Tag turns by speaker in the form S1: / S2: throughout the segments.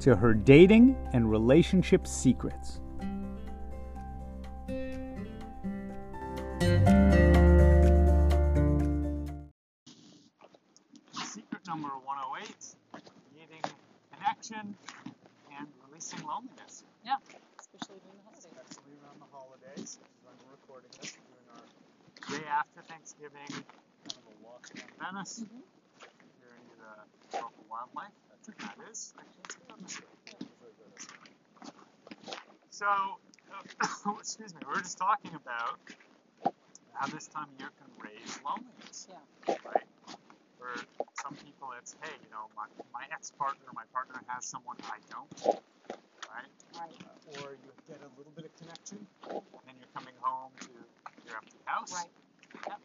S1: to her dating and relationship secrets.
S2: Secret number 108 creating connection and releasing loneliness.
S3: Yeah, especially during the holidays.
S2: Especially around the holidays, when we're recording this, we're doing our day after Thanksgiving, kind of a walk in Venice.
S3: Mhm.
S2: You're into the local wildlife. That's what that is. Actually, it's good on this way. Usually go this way. So, uh, excuse me, we were just talking about how this time of year can raise loneliness.
S3: Yeah.
S2: Right? For some people, it's, hey, you know, my, my ex partner, my partner has someone I don't. Right?
S3: Right,
S2: or you get a little bit of connection, and then you're coming home to your empty house.
S3: right.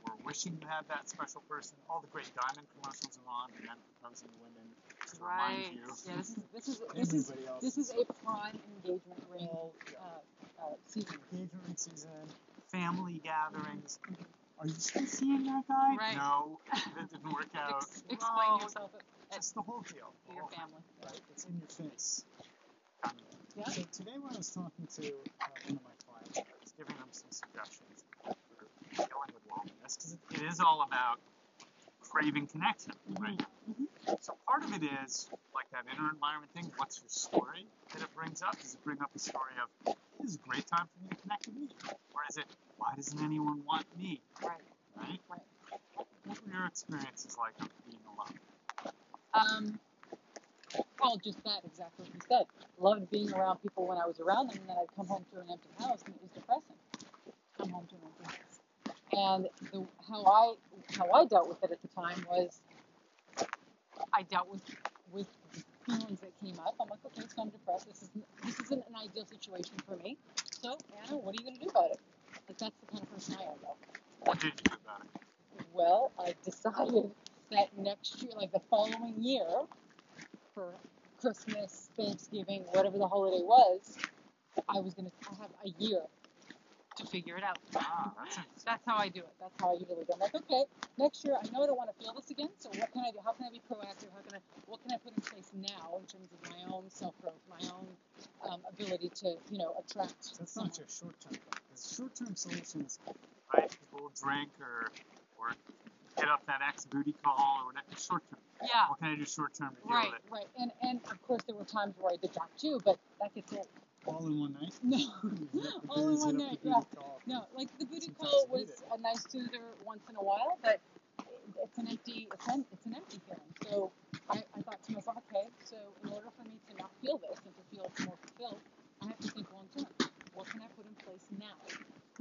S2: Or wishing you had that special person. All the great diamond commercials are on, and then proposing to women to
S3: Right.
S2: remind you.
S3: Yeah, this is this is
S2: and
S3: this is
S2: everybody else.
S3: this is a prime engagement ring
S2: all
S3: uh, uh, season.
S2: engagement season, family gatherings. Are you still seeing that guy?
S3: Right.
S2: No, that didn't work out.
S3: Ex-
S2: Well,
S3: explain yourself at,
S2: Just the whole deal.
S3: to your
S2: Oh,
S3: family.
S2: Right, it's in your face. Kind of.
S3: Yeah.
S2: So today when I was talking to uh, one of my clients, I was giving them some suggestions for dealing with loneliness because it is all about craving connection, right? So part of it is like that inner environment thing. What's your story that it brings up? Does it bring up the story of this is a great time for me to connect with you, or is it why doesn't anyone want me?
S3: Right.
S2: Right?
S3: Right.
S2: What were your experiences like of being alone?
S3: Um, well, just that exactly what you said. Loved being around people when I was around them, and then I'd come home to an empty house, and it was depressing. Come home to an empty house. And the, how I how I dealt with it at the time was I dealt with with the feelings that came up. I'm like, okay, so I'm depressed. This isn't this isn't an ideal situation for me. So Anna, what are you gonna do about it? Like that's the kind of person I am. Though.
S2: What did you do about it?
S3: Well, I decided that next year, like the following year, for Christmas, Thanksgiving, whatever the holiday was, I was gonna I have a year to figure it out.
S2: Ah, that's interesting.
S3: That's how I do it. That's how I usually do. it. I'm like, okay, next year I know I don't want to feel this again. So what can I do? How can I be proactive? How can I? What can I put in place now in terms of my own self growth, my own um, ability to, you know, attract.
S2: That's
S3: someone.
S2: not your short term. Because short term solutions, right? People will drink or or hit up that ex booty call or whatever. Short term.
S3: Yeah.
S2: What can I do short term to deal
S3: Right.
S2: with it?
S3: Right. And and of course there were times where I did that too, but that gets old.
S2: All in one night.
S3: No.
S2: You hit the
S3: All in
S2: booze,
S3: one
S2: hit up
S3: night,
S2: the
S3: yeah.
S2: booty call.
S3: No, like the booty
S2: Sometimes
S3: call
S2: you need
S3: was a nice soother once in a while, but it's an empty, it's an, it's an empty feeling. So I, I thought to myself, okay, so in order for me to not feel this and to feel more fulfilled, I have to think long term. What can I put in place now?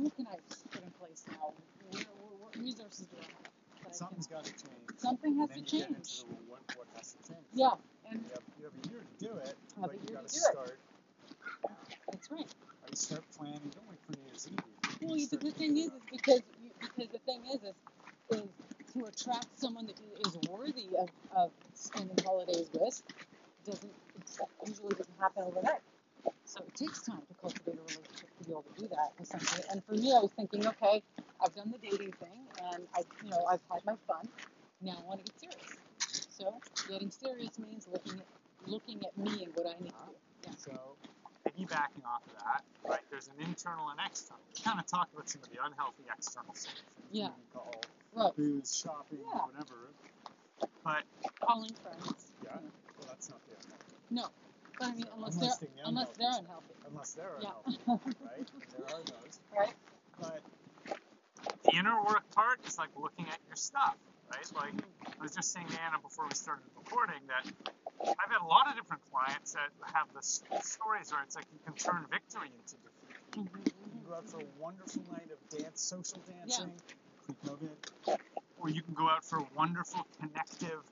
S3: Who can I put in place now? Where, where, what resources do I have? that I can-
S2: Something's got to change.
S3: something has
S2: and then
S3: to
S2: you get into
S3: change.
S2: the, well, what, what has to change?
S3: Yeah, and
S2: You have, you have a year to do it,
S3: a
S2: but
S3: year
S2: you
S3: to
S2: got
S3: do it.
S2: start.
S3: that's right.
S2: I would start planning. Don't wait for New Year's Eve. You
S3: Well,
S2: can
S3: you- the
S2: start
S3: good thing
S2: thinking
S3: is, is
S2: about
S3: because you, because the thing is, is, is to attract someone that is worthy of, of spending holidays with doesn't it's- usually doesn't happen overnight. So it takes time to cultivate a relationship to be able to do that with somebody. And for me, I was thinking, okay, I've done the dating thing, and I, you know, I've had my fun. Now I want to get serious. So getting serious means looking at looking at me and what I need to do.
S2: it. So, piggybacking off of that, right? There's an internal and external. We kind of talked about some of the unhealthy external solutions.
S3: Yeah.
S2: Booty call,
S3: Right,
S2: booze, shopping,
S3: Yeah.
S2: whatever. But
S3: calling friends.
S2: yeah, well, that's not the unhealthy.
S3: No, but I mean, unless they're
S2: Unless they're
S3: unless
S2: unhealthy.
S3: they're unhealthy,
S2: Unless there are
S3: Yeah.
S2: unhealthy, right? There are those.
S3: right?
S2: But the inner work part is like looking at your stuff, right? Like I was just saying to Anna before we started recording that I've had a lot of different clients that have the s- stories where it's like you can turn victory into defeat. You can go out for a wonderful night of dance, social dancing, pre-COVID, or you can go out for a wonderful connective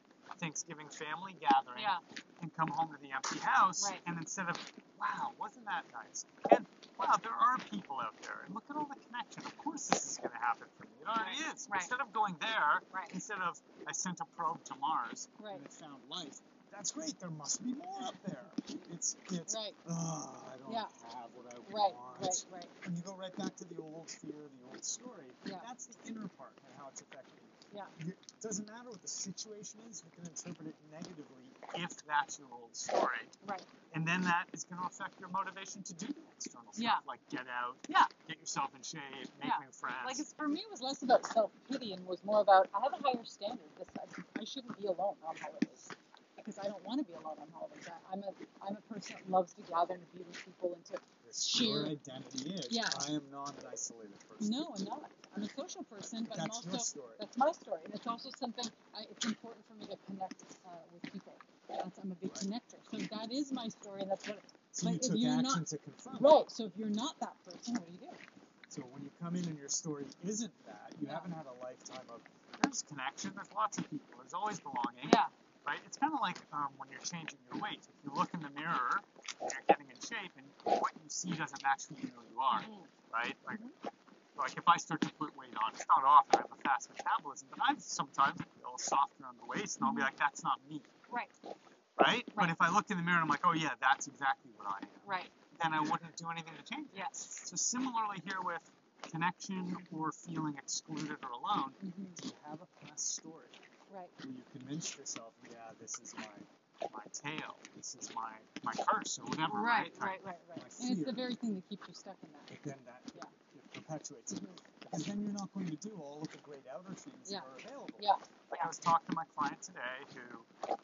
S2: Thanksgiving family gathering
S3: Yeah,
S2: and come home to the empty house.
S3: Right.
S2: And instead of wow, wasn't that nice? And wow, there are people out there, and look at all the connection. Of course, this is going to happen for me. It already
S3: Right,
S2: is.
S3: right.
S2: Instead of going there,
S3: Right.
S2: instead of I sent a probe to Mars
S3: Right.
S2: and it found life. That's great. There must be more up there. It's it's.
S3: Right.
S2: "Ugh, I don't
S3: Yeah.
S2: have what I
S3: Right,
S2: want.
S3: right, right.
S2: And you go right back to the old fear, the old story.
S3: Yeah.
S2: That's the inner part and how it's affecting you.
S3: Yeah.
S2: You- It doesn't matter what the situation is, you can interpret it negatively if that's your old story.
S3: Right.
S2: And then that is going to affect your motivation to do the external stuff,
S3: Yeah.
S2: like get out,
S3: Yeah.
S2: get yourself in shape, make
S3: Yeah.
S2: new friends.
S3: Like it's, for me, it was less about self pity and was more about I have a higher standard. This I, I shouldn't be alone on holidays because I don't want to be alone on holidays. I, I'm a I'm a person that loves to gather and be with people and to
S2: It's your
S3: sheer-
S2: identity is.
S3: Yeah.
S2: I am not an isolated person.
S3: no, I'm not. I'm a social person, but I'm
S2: that's
S3: also
S2: your story.
S3: that's my story, and it's also something I, it's important for me to connect uh, with people. That's, I'm a big
S2: Right.
S3: connector, so that is my story, and that's what.
S2: So you
S3: but if
S2: took
S3: you're
S2: action
S3: not-
S2: to confront it.
S3: Right. So if you're not that person, what do you do?
S2: So when you come in and your story isn't that, you
S3: Yeah.
S2: haven't had a lifetime of there's connection, there's lots of people, there's always belonging. Right? It's kind of like um, when you're changing your weight. If you look in the mirror, and you're getting in shape, and what you see doesn't match who you know you are. Right? Like, like if I start to put weight on, it's not often I have a fast metabolism, but I sometimes feel softer on the waist, and I'll be like, that's not me.
S3: Right.
S2: Right? But
S3: Right.
S2: if I looked in the mirror and I'm like, oh yeah, that's exactly what I am
S3: Right.
S2: then I wouldn't do anything to change it.
S3: Yes.
S2: So similarly here with connection or feeling excluded or alone,
S3: hmm
S2: do you have a past story
S3: Right.
S2: where you convinced yourself, yeah, this is my my tale, this is my my curse or whatever.
S3: Right,
S2: Like,
S3: right, right, right.
S2: Like
S3: And it's the
S2: fear.
S3: very thing that keeps you stuck in that.
S2: But then that
S3: Yeah.
S2: it perpetuates it. Because then you're not going to do all of the great outer things
S3: Yeah.
S2: that are available.
S3: Yeah,
S2: Like I was talking to my client today who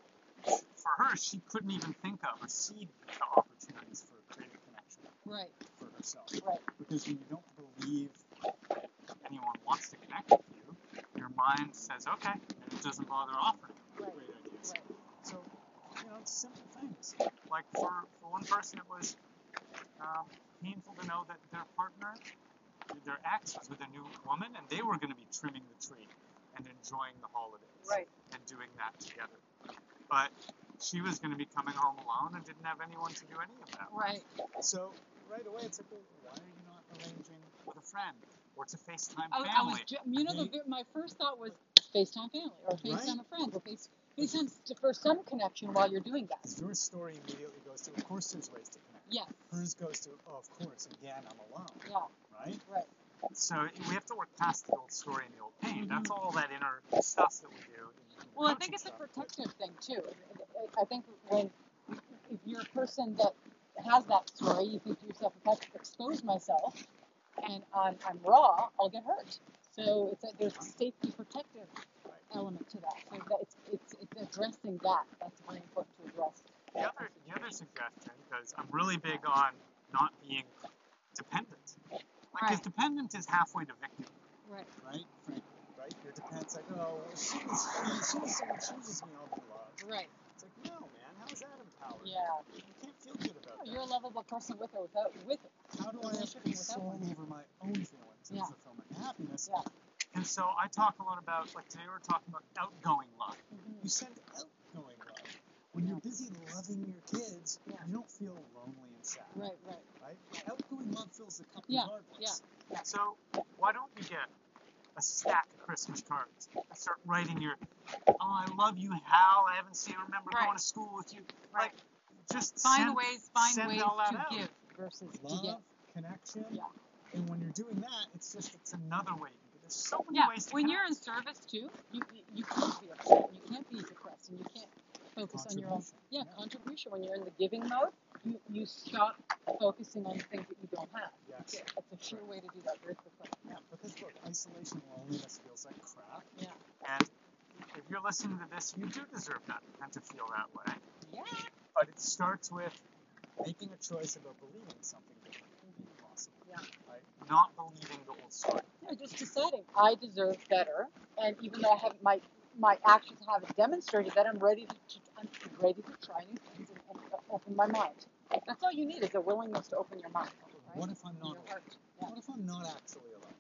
S2: for her she couldn't even think of or see the opportunities for creative connection
S3: right,
S2: for herself.
S3: right,
S2: Because when you don't believe anyone wants to connect with you, your mind says, okay, and it doesn't bother offering
S3: Right.
S2: great ideas.
S3: right.
S2: So, you know, it's simple things. Like for, for one person, it was um, painful to know that their partner, their ex was with a new woman, and they were going to be trimming the tree and enjoying the holidays
S3: Right.
S2: and doing that together. But she was going to be coming home alone and didn't have anyone to do any of that. with.
S3: Right.
S2: So right away, it's like, well, why are you not arranging with a friend or to FaceTime
S3: I,
S2: family?
S3: I was, ju- you know, the,
S2: Right.
S3: my first thought was FaceTime family or
S2: Right.
S3: FaceTime a friend or Face FaceTime s- for some connection while you're doing that.
S2: Your story immediately goes to, of course, there's ways to connect.
S3: Yes.
S2: Hers goes to, oh, of course, again, I'm alone,
S3: Yeah.
S2: right?
S3: Right.
S2: So we have to work past the old story and the old pain. That's all that inner stuff that we do. In, in
S3: Mm-hmm. Well, I
S2: coaching
S3: think it's a
S2: stuff.
S3: protective thing too. I- I think when if you're a person that has that story, you think to yourself, if I expose myself and I'm, I'm raw, I'll get hurt. So it's a, there's a safety protective element to that. So that it's, it's it's addressing that. That's very important to address.
S2: The other, the other suggestion, because I'm really big on not being dependent. Like, because
S3: Right.
S2: dependent is halfway to victim.
S3: Right.
S2: right? Frank, right? Your dependent's like, oh, well, as soon as, as soon as someone chooses me, I'll be loved.
S3: Right.
S2: It's like, no, man, how is that empowering?
S3: Yeah.
S2: You can't feel good about
S3: You're a
S2: that.
S3: lovable person with or without with it.
S2: How do I have
S3: relationship with
S2: control
S3: someone.
S2: over my own feelings and
S3: Yeah.
S2: fulfillment and happiness?
S3: Yeah.
S2: And so I talk a lot about, like today we were talking about outgoing love.
S3: Mhm.
S2: You send outgoing love. When you're busy loving your kids,
S3: Yeah.
S2: you don't feel lonely and sad
S3: Right. Right.
S2: right? Outgoing love fills the cup
S3: Yeah,
S2: regardless. Yeah. So why don't you get a stack of Christmas cards and start writing your, oh, I love you, Hal. I haven't seen, I remember
S3: Right.
S2: going to school with you.
S3: Right.
S2: Like, just
S3: Find
S2: send,
S3: ways. Find
S2: send
S3: ways
S2: all that
S3: to
S2: out.
S3: give versus
S2: Love,
S3: to get.
S2: connection.
S3: Yeah.
S2: And when you're doing that, it's just it's another way. to do- There's so many
S3: Yeah,
S2: ways to
S3: when you're
S2: connect.
S3: in service too, you, you, you can't be upset, you can't be depressed, and you can't focus on your own.
S2: Contribution,
S3: Yeah,
S2: yeah.
S3: contribution. When you're in the giving mode, you, you stop focusing on the things that you don't have.
S2: Yes.
S3: It's a sure way to do that very quickly.
S2: Yeah, because look, isolation and loneliness feels like crap.
S3: Yeah.
S2: And if you're listening to this, you do deserve that and to feel that way.
S3: Yeah.
S2: but it starts with making a choice about believing something different being possible.
S3: Yeah.
S2: Right? Not believing the old story.
S3: Yeah, just deciding I deserve better, and even though I have my my actions haven't demonstrated that, I'm ready to, to I'm ready to try new things and, and open my mind. That's all you need is a willingness to open your mind. Right?
S2: What if I'm
S3: And
S2: not
S3: your
S2: alone?
S3: heart. Yeah.
S2: What if I'm not actually alone?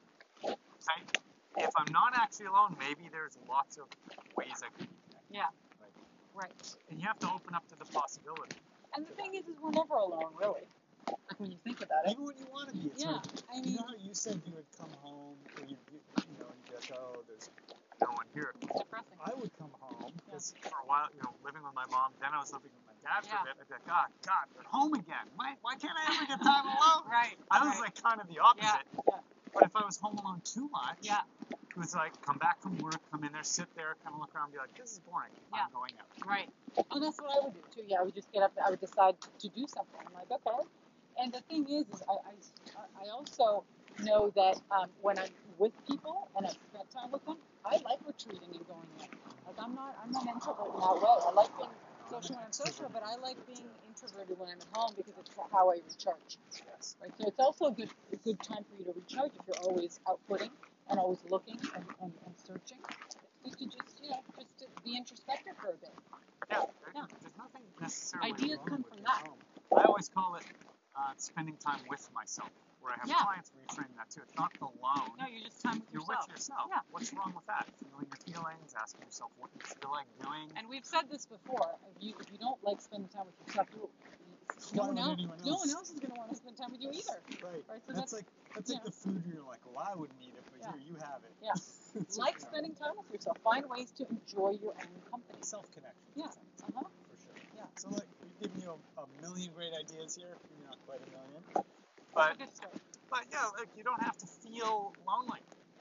S2: Right? If I'm not actually alone, maybe there's lots of ways I could be connected.
S3: Yeah.
S2: Right.
S3: Right.
S2: And you have to open up to the possibility.
S3: and the thing is, is we're never alone, really. Like when you think about it.
S4: Even when you want to be, it's
S3: Yeah,
S4: hard.
S3: I
S4: You
S3: mean,
S4: know how you said you would come home, or you, you, you know, you'd be like, oh, there's.
S2: No one here.
S3: it's depressing.
S4: I would come home.
S2: Because for a while, you know, living with my mom, then I was living with my dad for
S3: Yeah.
S2: a bit. I'd be like, God, God, we're home again. Why, why can't I ever get time alone?
S3: Right.
S2: I was
S3: right.
S2: like kind of the opposite.
S3: yeah.
S2: But if I was home alone too much,
S3: yeah,
S2: it was like come back from work, come in there, sit there, kind of look around, and be like, this is boring.
S3: Yeah.
S2: I'm going out.
S3: right. And Oh, that's what I would do too. Yeah, I would just get up. I would decide to do something. I'm like, okay. And the thing is, is I, I, I also know that um, when I'm with people and I spend time with them, I like retreating and going in. Like I'm not, I'm an introvert in that way. I like being social when I'm social, but I like being introverted when I'm at home because it's how I recharge.
S4: Yes.
S3: right? So it's also a good, a good time for you to recharge if you're always outputting and always looking and, and, and searching. It's good to just, you know, just to be introspective for a bit.
S2: Yeah, there-
S3: Yeah.
S2: there's nothing necessarily
S3: Ideas
S2: wrong
S3: come
S2: with
S3: from
S2: it.
S3: that.
S2: I always call it uh, spending time with myself, where I have
S3: Yeah.
S2: clients reframe that too. It's not alone.
S3: No, you're just time with
S2: You're
S3: yourself.
S2: with yourself.
S3: Yeah.
S2: What's wrong with that? Feeling your feelings, asking yourself what you feel like doing.
S3: And we've said this before. If you, if you don't like spending time with yourself, you, you- no
S4: Why
S3: one
S4: would
S3: else,
S4: anyone
S3: no one
S4: else?
S3: else is going to want to spend time with you either.
S4: Right.
S3: Right, so that's-
S4: that's, like that's like
S3: yeah.
S4: the food you're like, well, I wouldn't eat it, but
S3: Yeah.
S4: here you have it.
S3: Yeah.
S4: It's
S3: Like
S4: you know,
S3: spending time with yourself. Find ways to enjoy your own company.
S4: self-connection.
S3: Yeah.
S4: is something
S3: Uh-huh.
S4: For sure.
S3: Yeah.
S4: So like we've given you a, a million great ideas here. Maybe not quite a million.
S2: But
S3: That's a good story.
S2: But yeah, like you don't have to feel lonely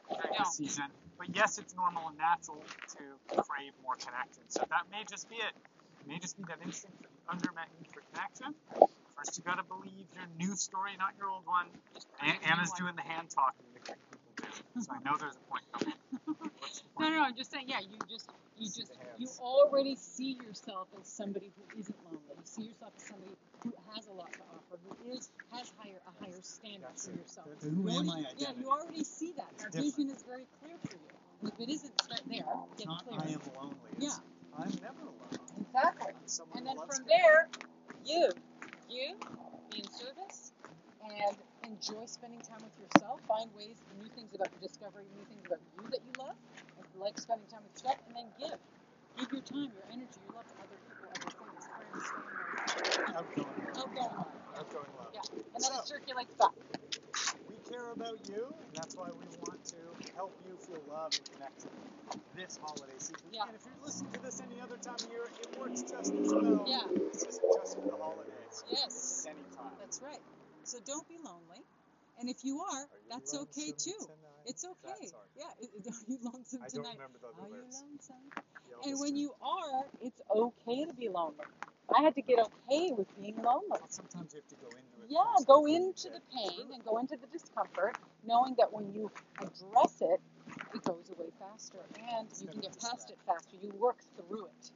S2: during
S3: No.
S2: the season. But yes, it's normal and natural to crave more connection. So that may just be it. It may just be that instinct for the undermet need for connection. First, you got to believe your new story, not your old one.
S3: Just
S2: An-
S3: create a new
S2: Anna's
S3: one.
S2: doing the hand talking that great people do. So I know there's a point coming. What's the
S3: No,
S2: point?
S3: no, I'm just saying, yeah, you just, you
S4: See
S3: just,
S4: the hands.
S3: you already see yourself as somebody who isn't lonely. You see yourself as somebody who has a lot to offer, who is, has higher, a higher standard
S4: That's
S3: for
S4: it.
S3: yourself.
S4: The- the
S3: You
S4: who am
S3: already-
S4: I
S3: Yeah,
S4: identity.
S3: you already see that.
S4: It's
S3: Our
S4: different.
S3: vision is very clear for you. And If it isn't, start there,
S4: It's
S3: get
S4: not
S3: clear.
S4: I am lonely. It's I'm never alone.
S3: Exactly.
S4: Someone
S3: And then
S4: loves
S3: from
S4: me.
S3: there, you, you, be in service and enjoy spending time with yourself. Find ways, new things about discovering new things about you that you love, and like spending time with yourself, and then give. Give your time, your energy, your love to other people, other things, friends, family,
S4: Outgoing.
S3: outgoing love.
S4: Outgoing love.
S3: Yeah. And then
S4: So-
S3: it circulates back.
S4: We care about you, and that's why we want to help you feel loved and connected this holiday season.
S3: Yeah.
S4: And if you're listening to this any other time of year, it works just as well.
S3: Yeah.
S4: This isn't just for the holidays. This
S3: Yes.
S4: is anytime.
S3: That's right. So don't be lonely. And if you are,
S4: Are you
S3: that's okay
S4: lonesome
S3: too.
S4: tonight?
S3: It's okay.
S4: That's hard.
S3: Yeah. it- it- Are you lonesome
S4: I don't
S3: tonight?
S4: remember the
S3: Are
S4: other
S3: you
S4: lyrics.
S3: lonesome?
S4: Yelp
S3: And
S4: is
S3: when
S4: good.
S3: you are, it's okay to be lonely. I had to get okay with being lonely.
S4: But sometimes you have to go into it.
S3: Yeah,
S4: first
S3: go
S4: before you
S3: into the
S4: get-
S3: pain and go into the discomfort, knowing that when you address it, it goes away faster, and you can get past it faster. You work through it.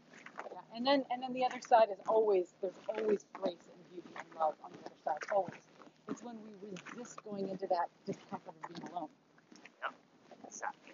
S3: Yeah. And then, and then the other side is always there's always grace and beauty and love on the other side. Always. It's when we resist going into that discomfort of being alone.
S2: Exactly.